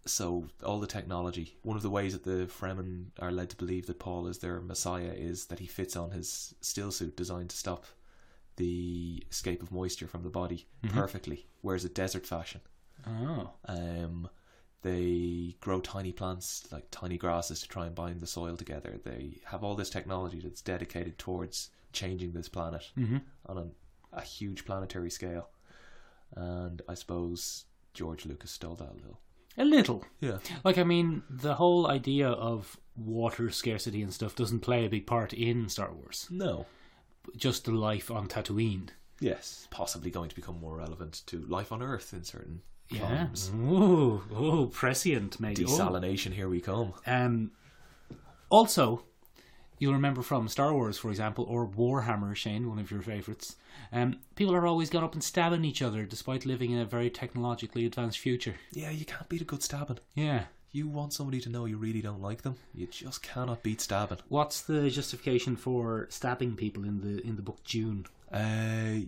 so all the technology. One of the ways that the Fremen are led to believe that Paul is their messiah is that he fits on his steel suit designed to stop the escape of moisture from the body perfectly. Wears a desert fashion. Oh. Um, they grow tiny plants, like tiny grasses, to try and bind the soil together. They have all this technology that's dedicated towards changing this planet on a, a huge planetary scale. And I suppose George Lucas stole that a little. A little. Yeah. Like, I mean, the whole idea of water scarcity and stuff doesn't play a big part in Star Wars. No. Just the life on Tatooine. Yes. Possibly going to become more relevant to life on Earth in certain Yeah. forms. Ooh, ooh, prescient, maybe. Oh. Desalination, here we come. Um, also, you'll remember from Star Wars, for example, or Warhammer, Shane, one of your favourites. Um, people are always going up and stabbing each other, despite living in a very technologically advanced future. Yeah, you can't beat a good stabbing. Yeah. You want somebody to know you really don't like them. You just cannot beat stabbing. What's the justification for stabbing people in the in the book June? Uh,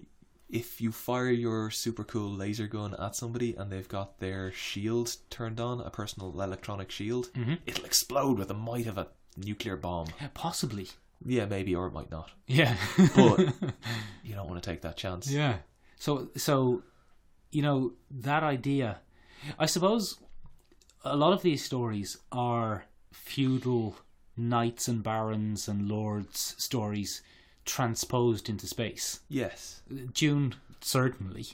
if you fire your super cool laser gun at somebody and they've got their shield turned on, a personal electronic shield, Mm-hmm. it'll explode with the might of a nuclear bomb. Possibly. Yeah, maybe, or it might not. Yeah. But you don't want to take that chance. Yeah. So so you know that idea I suppose a lot of these stories are feudal knights and barons and lords stories transposed into space. Yes, Dune certainly,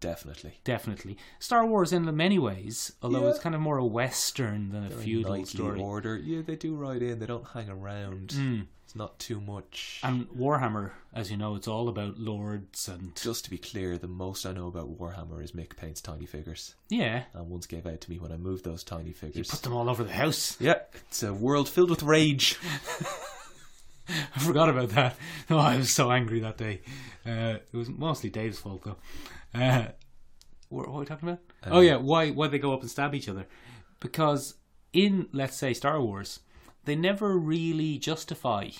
definitely. definitely. Star Wars in many ways, although Yeah. it's kind of more a western than a feudal Knightly story. order. Yeah, they do ride in. They don't hang around. Mm. Uh, It's not too much. And Warhammer, as you know, it's all about lords and just to be clear, the most I know about Warhammer is Mick paints tiny figures, yeah, and once gave out to me when I moved those tiny you figures. put them all over the house. Yeah, it's a world filled with rage. I forgot about that. Oh, I was so angry that day. Uh, it was mostly Dave's fault, though. Uh, what, what were we talking about? oh, yeah, why why they go up and stab each other? Because in let's say Star Wars, they never really justify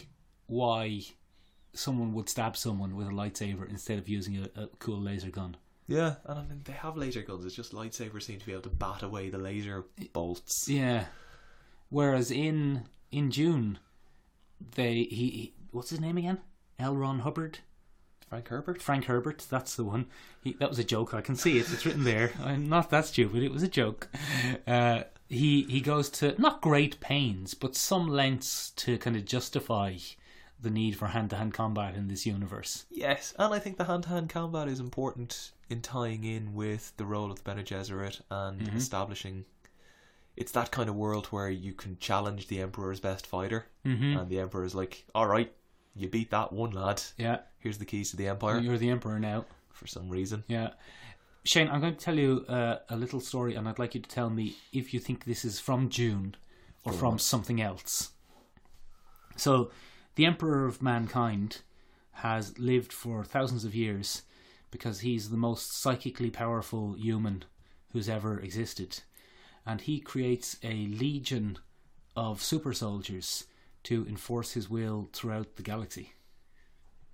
why someone would stab someone with a lightsaber instead of using a, a cool laser gun. Yeah, and I mean they have laser guns. It's just lightsabers seem to be able to bat away the laser bolts. Yeah. Whereas in in June, they he, he what's his name again? L. Ron Hubbard. Frank Herbert. Frank Herbert, that's the one. He, that was a joke. I can see it. It's written there. I'm not that stupid. It was a joke. Uh, he he goes to not great pains, but some lengths to kind of justify the need for hand to hand combat in this universe. Yes, and I think the hand-to-hand combat is important in tying in with the role of the Bene Gesserit and establishing. It's that kind of world where you can challenge the Emperor's best fighter, and the Emperor's like, "All right, you beat that one lad. Yeah, Here's the keys to the Empire." you're the emperor now. For some reason, Yeah, Shane, I'm going to tell you uh, a little story, and I'd like you to tell me if you think this is from June or from something else. So, the Emperor of Mankind has lived for thousands of years because he's the most psychically powerful human who's ever existed. And he creates a legion of super soldiers to enforce his will throughout the galaxy.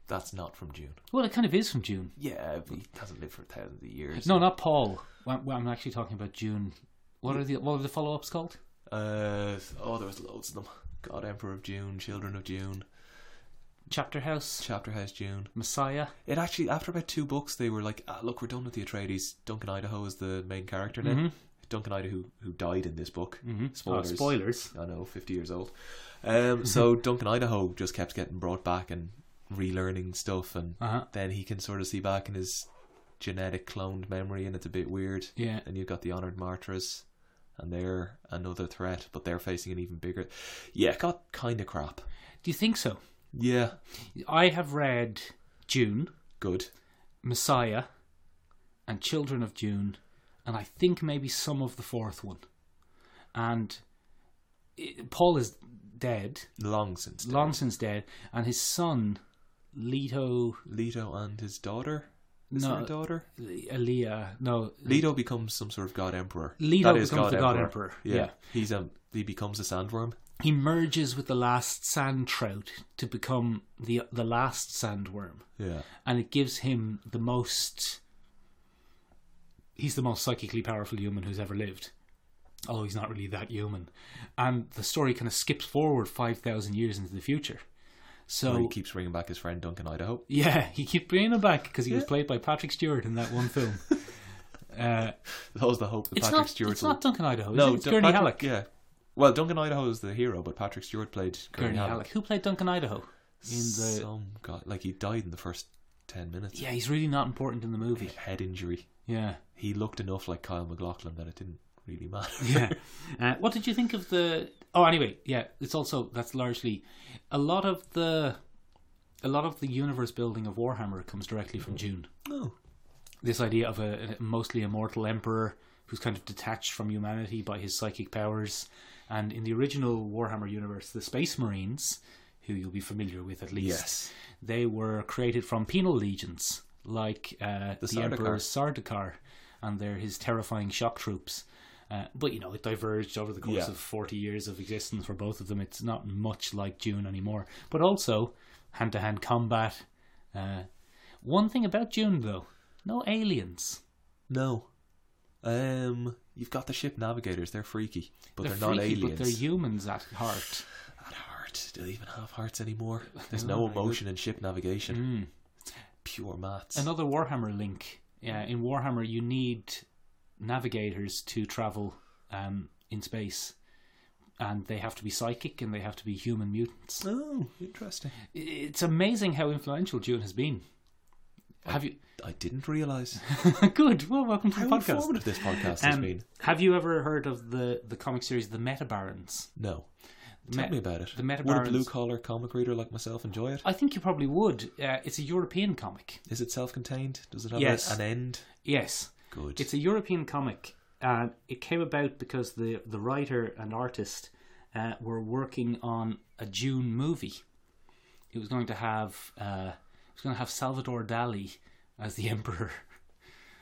That's not from June. Well, it kind of is from June. Yeah, but he hasn't lived for thousands of years. No, not Paul. Well, well, I'm actually talking about June. What are the what are the follow ups called? Uh, oh, there was loads of them. God, Emperor of June, Children of June, Chapter House, Chapter House June. Messiah. It actually, after about two books, they were like, ah, look, we're done with the Atreides. Duncan Idaho is the main character now. Duncan Idaho, who, who died in this book. Spoilers. Mm-hmm. Oh, spoilers. I know, 50 years old. Um, so Duncan Idaho just kept getting brought back and relearning stuff, and Uh-huh. then he can sort of see back in his genetic cloned memory, and it's a bit weird. Yeah. And you've got the Honored Martyrs, and they're another threat, but they're facing an even bigger. Yeah, it got kind of crap. Do you think so? Yeah, I have read June, good. Messiah, and Children of June, and I think maybe some of the fourth one. And it, Paul is dead, Long since. dead. long since dead, and his son, Leto, Leto and his daughter. Is No. there a daughter? Aaliyah, no, Leto becomes some sort of god emperor. Leto That is becomes the god emperor, Yeah. yeah. he's um he becomes a sandworm. he merges with the last sand trout to become the the last sandworm, Yeah, and it gives him the most. He's the most psychically powerful human who's ever lived. Although he's not really that human, and the story kind of skips forward five thousand years into the future. So But he keeps bringing back his friend Duncan Idaho. yeah, he keep bringing him back because he was played by Patrick Stewart in that one film. uh, That was the hope that it's Patrick not. Stewart. it's will- not Duncan Idaho. Is no, it? it's Dun- Gurney Patrick- Halleck. Yeah, well, Duncan Idaho is the hero, but Patrick Stewart played Gurney Halleck. Who played Duncan Idaho in the? Some god, like he died in the first ten minutes. Yeah, he's really not important in the movie. head injury. Yeah, He looked enough like Kyle McLaughlin that it didn't really matter. yeah. Uh, what did you think of the? Oh, anyway, yeah. It's also that's largely a lot of the, a lot of the universe building of Warhammer comes directly from June. no, This idea of a, a mostly immortal emperor who's kind of detached from humanity by his psychic powers, and in the original Warhammer universe, the Space Marines, who you'll be familiar with at least, Yes. they were created from penal legions like uh, the, Sardaukar. Emperor Sardaukar, and they're his terrifying shock troops. Uh, but you know, it diverged over the course Yeah. of forty years of existence for both of them. It's not much like June anymore. But also, hand-to-hand combat. Uh, one thing about June, though, no aliens. no. Um, you've got the ship navigators. They're freaky, but they're, not freaky, but aliens. they're humans at heart. At heart, do they even have hearts anymore? There's no emotion in ship navigation. Hmm. It's pure maths. Another Warhammer link. Yeah, in Warhammer, you need navigators to travel um, in space, and they have to be psychic and they have to be human mutants. oh, interesting. It's amazing how influential June has been. Have you? I didn't realise Good. Well, welcome to the how podcast. informative this podcast has Um, been. have you ever heard of the, the comic series The Meta Barons? No, The tell Me- me about it. the Meta Would a Barons- blue collar comic reader like myself enjoy it? I think you probably would. Uh, it's a European comic. Is it self contained? Does it have a- Yes. an end? Yes. Good. It's a European comic, and it came about because the the writer and artist uh, were working on a June movie. It was going to have uh, it was going to have Salvador Dali as the emperor.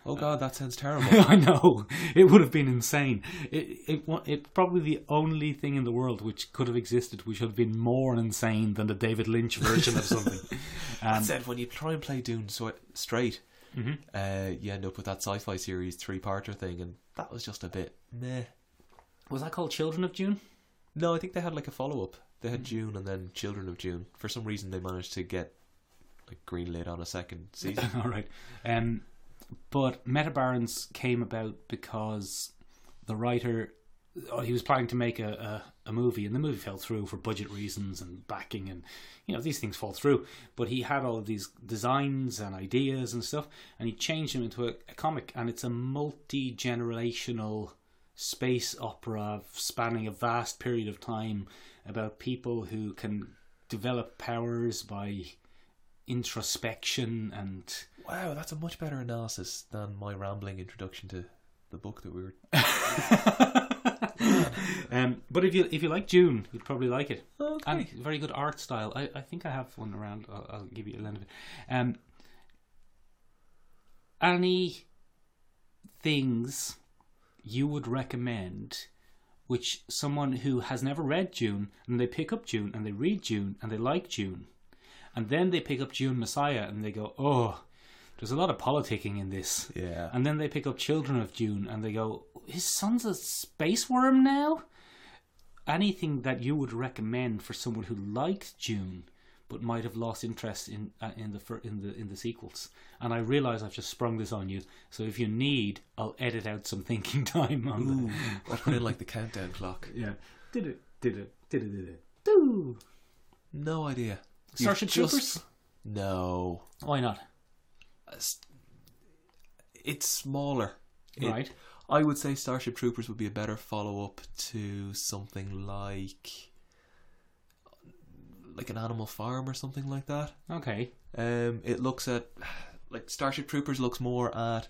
oh god, that sounds terrible. I know it would have been insane. It it wa- it's probably the only thing in the world which could have existed, which would have been more insane than the David Lynch version of something. I said when you try and play Dune so straight, uh, you end up with that sci-fi series three-parter thing, and that was just a bit meh. Was that called Children of June? No, I think they had like a follow up. They had June and then Children of June. For some reason, they managed to get like greenlit on a second season. All right. Um, but Metabarons came about because the writer, oh, he was planning to make a, a, a movie, and the movie fell through for budget reasons and backing, and you know these things fall through. But he had all of these designs and ideas and stuff, and he changed them into a, a comic, and it's a multi generational space opera spanning a vast period of time about people who can develop powers by introspection and wow, that's a much better analysis than my rambling introduction to the book that we were. um, but if you if you like June, you'd probably like it. Oh, Okay. And very good art style. I, I think I have one around. I'll, I'll give you a lend of it. Um, any things you would recommend which someone who has never read June and they pick up June and they read June and they like June, and then they pick up June Messiah and they go, oh, there's a lot of politicking in this. Yeah. And then they pick up Children of Dune and they go, his son's a space worm now? Anything that you would recommend for someone who liked June but might have lost interest in uh, in the fir- in the in the sequels. And I realize I've just sprung this on you. So if you need, I'll edit out some thinking time on the- Ooh, I put in like the countdown clock. Yeah. Did it did it did it did it. Doo. No idea. Starship just- Troopers? No. Why not? It's- It's smaller. It- right. I would say Starship Troopers would be a better follow up to something like like an Animal Farm or something like that. Okay. Um, it looks at like Starship Troopers looks more at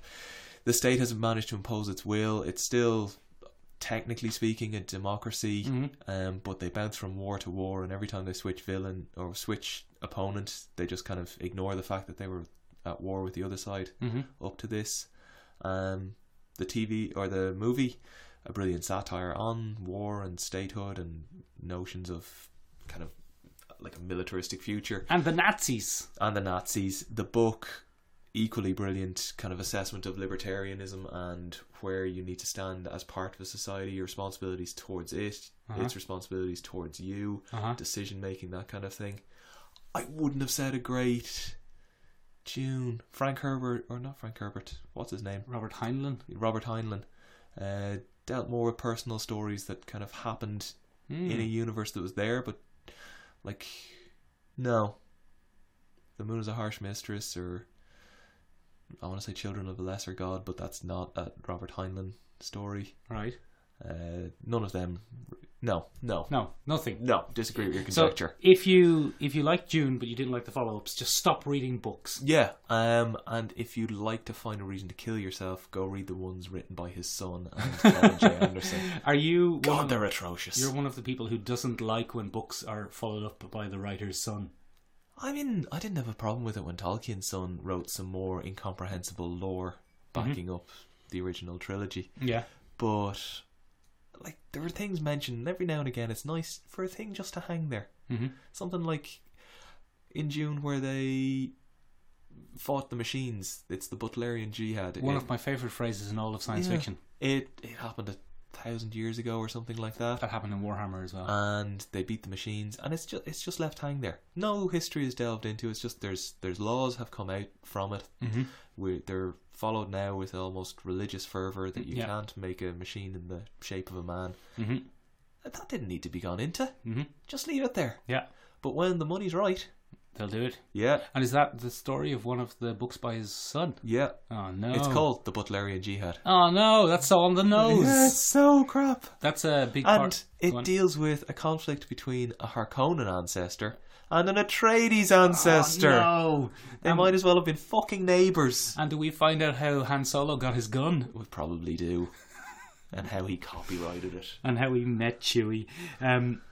the state hasn't managed to impose its will. It's still technically speaking a democracy, Mhm. um, but they bounce from war to war, and every time they switch villain or switch opponent, they just kind of ignore the fact that they were at war with the other side Mhm. up to this. Um, the TV or the movie, a brilliant satire on war and statehood and notions of kind of like a militaristic future And the Nazis. and the Nazis. The book, equally brilliant, kind of assessment of libertarianism and where you need to stand as part of a society, your responsibilities towards it, Uh-huh. its responsibilities towards you, Uh-huh. decision making, that kind of thing. I wouldn't have said a great June. Frank Herbert, or not Frank Herbert, what's his name? Robert Heinlein. Robert Heinlein. Uh, dealt more with personal stories that kind of happened Mm. in a universe that was there, but like, no. The Moon is a Harsh Mistress, or I want to say Children of a Lesser God, but that's not a Robert Heinlein story. Right. Uh, none of them. No, no, No, nothing. no. Disagree with your So conjecture. if you if you like June but you didn't like the follow ups, just stop reading books. yeah, um, and if you'd like to find a reason to kill yourself, go read the ones written by his son and Paul J. Anderson. Are you one God, of the- they're atrocious. you're one of the people who doesn't like when books are followed up by the writer's son. I mean, I didn't have a problem with it when Tolkien's son wrote some more incomprehensible lore backing Mm-hmm. up the original trilogy. Yeah. But, like, there were things mentioned, and every now and again it's nice for a thing just to hang there. Mm-hmm. Something like in June where they fought the machines. It's the Butlerian Jihad. One it, of my favorite phrases in all of science Yeah. fiction. it, it happened a thousand years ago or something like that. That happened in Warhammer as well. and they beat the machines and it's just it's just left hanging there no history is delved into it's just there's there's laws have come out from it Mhm. we they're followed now with almost religious fervor that you Yeah. can't make a machine in the shape of a man Mhm. that didn't need to be gone into Mhm. just leave it there Yeah, but when the money's right they'll do it. yeah And is that the story of one of the books by his son? yeah Oh no! it's called the butlerian jihad Oh no! That's so on the nose. Yeah, it's so crap That's a big and part. it Go on. deals with a conflict between a Harkonnen ancestor and an Atreides Oh, ancestor. no. They Um, might as well have been fucking neighbours. And do we find out how Han Solo got his gun Would probably do. and how he copyrighted it. and how he met Chewie? Um,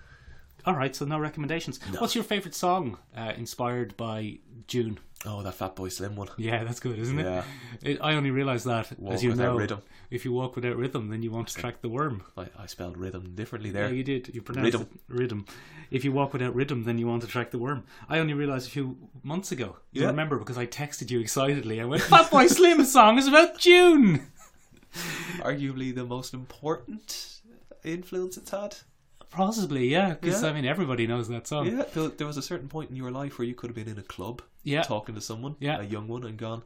all right, so no recommendations. What's your favorite song uh, inspired by June? Oh, that Fat Boy Slim one. Yeah, that's good, isn't Yeah. it? it I only realised that Walk as you Without know, Rhythm. if you walk without rhythm, then you won't attract the worm. I, I spelled rhythm differently Yeah, there. you did. You pronounced Rhythm. it rhythm. If you walk without rhythm, then you won't attract the worm. I only realised a few months ago. You Yeah. remember because I texted you excitedly. I went, "Fatboy Slim song is about June." Arguably the most important influence it's had. Possibly, yeah. Because Yeah. I mean, everybody knows that song. Yeah, there, there was a certain point in your life where you could have been in a club Yeah. talking to someone, Yeah. a young one, and gone,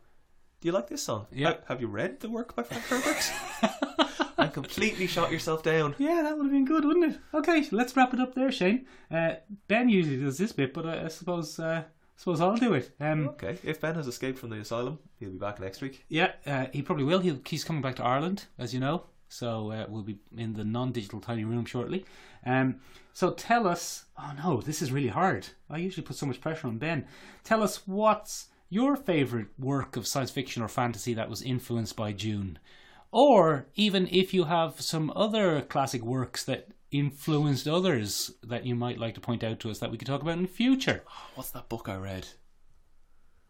Do you like this song? Yeah. Ha- have you read the work by Frank Herbert? and completely shot yourself down. Yeah, that would have been good, wouldn't it? Okay, let's wrap it up there, Shane. Uh, ben usually does this bit, but I, I suppose uh, suppose I'll do it. Um, Okay, if Ben has escaped from the asylum, he'll be back next week. Yeah, uh, he probably will. He'll, he's coming back to Ireland, as you know. So uh, we'll be in the non-digital tiny room shortly. Um, so tell us. Oh no, this is really hard. I usually put so much pressure on Ben. Tell us what's your favorite work of science fiction or fantasy that was influenced by June, or even if you have some other classic works that influenced others that you might like to point out to us that we could talk about in the future. What's that book I read?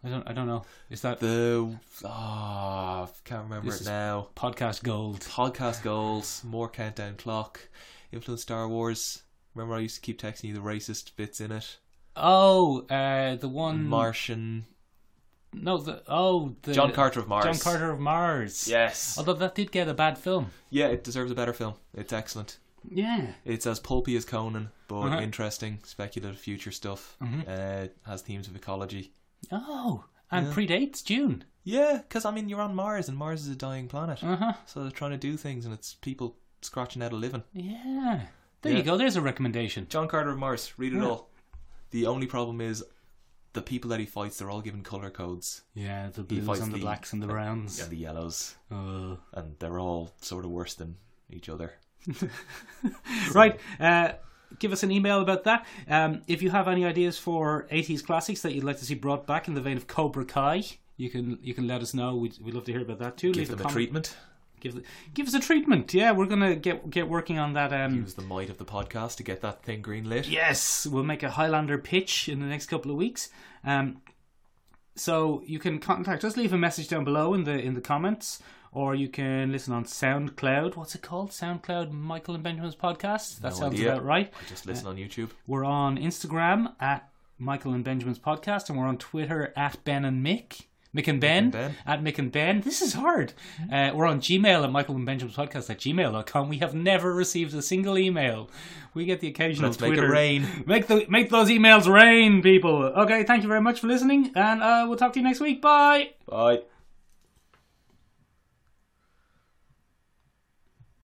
I don't. I don't know. Is that The ah, can't remember This it is- now. podcast gold? Podcast goals, more countdown clock. influenced Star Wars. Remember, I used to keep texting you the racist bits in it. Oh, uh, the one. Martian. No, the oh the John Carter of Mars. John Carter of Mars. Yes. Although that did get a bad film. Yeah, it deserves a better film. It's excellent. Yeah. It's as pulpy as Conan, but Uh-huh. interesting, speculative future stuff. Mhm. Uh, has themes of ecology. Oh, and Yeah. predates June. Yeah, because I mean, you're on Mars, and Mars is a dying planet. Uh huh. So they're trying to do things, and it's people scratching out a living. Yeah. There Yeah. you go. There's a recommendation. John Carter of Mars, read it Yeah. all. The only problem is the people that he fights, they're all given colour codes. Yeah, the He blues fights and the the- blacks and the browns. And the yellows. Uh, And they're all sort of worse than each other. Right. Uh, give us an email about that. Um, if you have any ideas for 80s classics that you'd like to see brought back in the vein of Cobra Kai, you can you can let us know. We'd, we'd love to hear about that too. Give them a comment. treatment. Give, the- give us a treatment. Yeah, we're going to get get working on that. Um, Use the might of the podcast to get that thing greenlit. yes, we'll make a Highlander pitch in the next couple of weeks. Um, so you can contact us. Leave a message down below in the in the comments. Or you can listen on SoundCloud. What's it called? SoundCloud Michael and Benjamin's podcast. That No sounds idea. about right. I just listen on YouTube. We're on Instagram at Michael and Benjamin's podcast, and we're on Twitter at Ben and Mick. Mick and Ben, and Ben. Mm-hmm. at Mick and Ben. This is hard. Uh, we're on Gmail at Michael and Benjamin's podcast at gmail.com. We have never received a single email. We get the occasional Let's Twitter. make it rain. Make, the, make those emails rain, people. Okay, thank you very much for listening, and uh, we'll talk to you next week. Bye. Bye.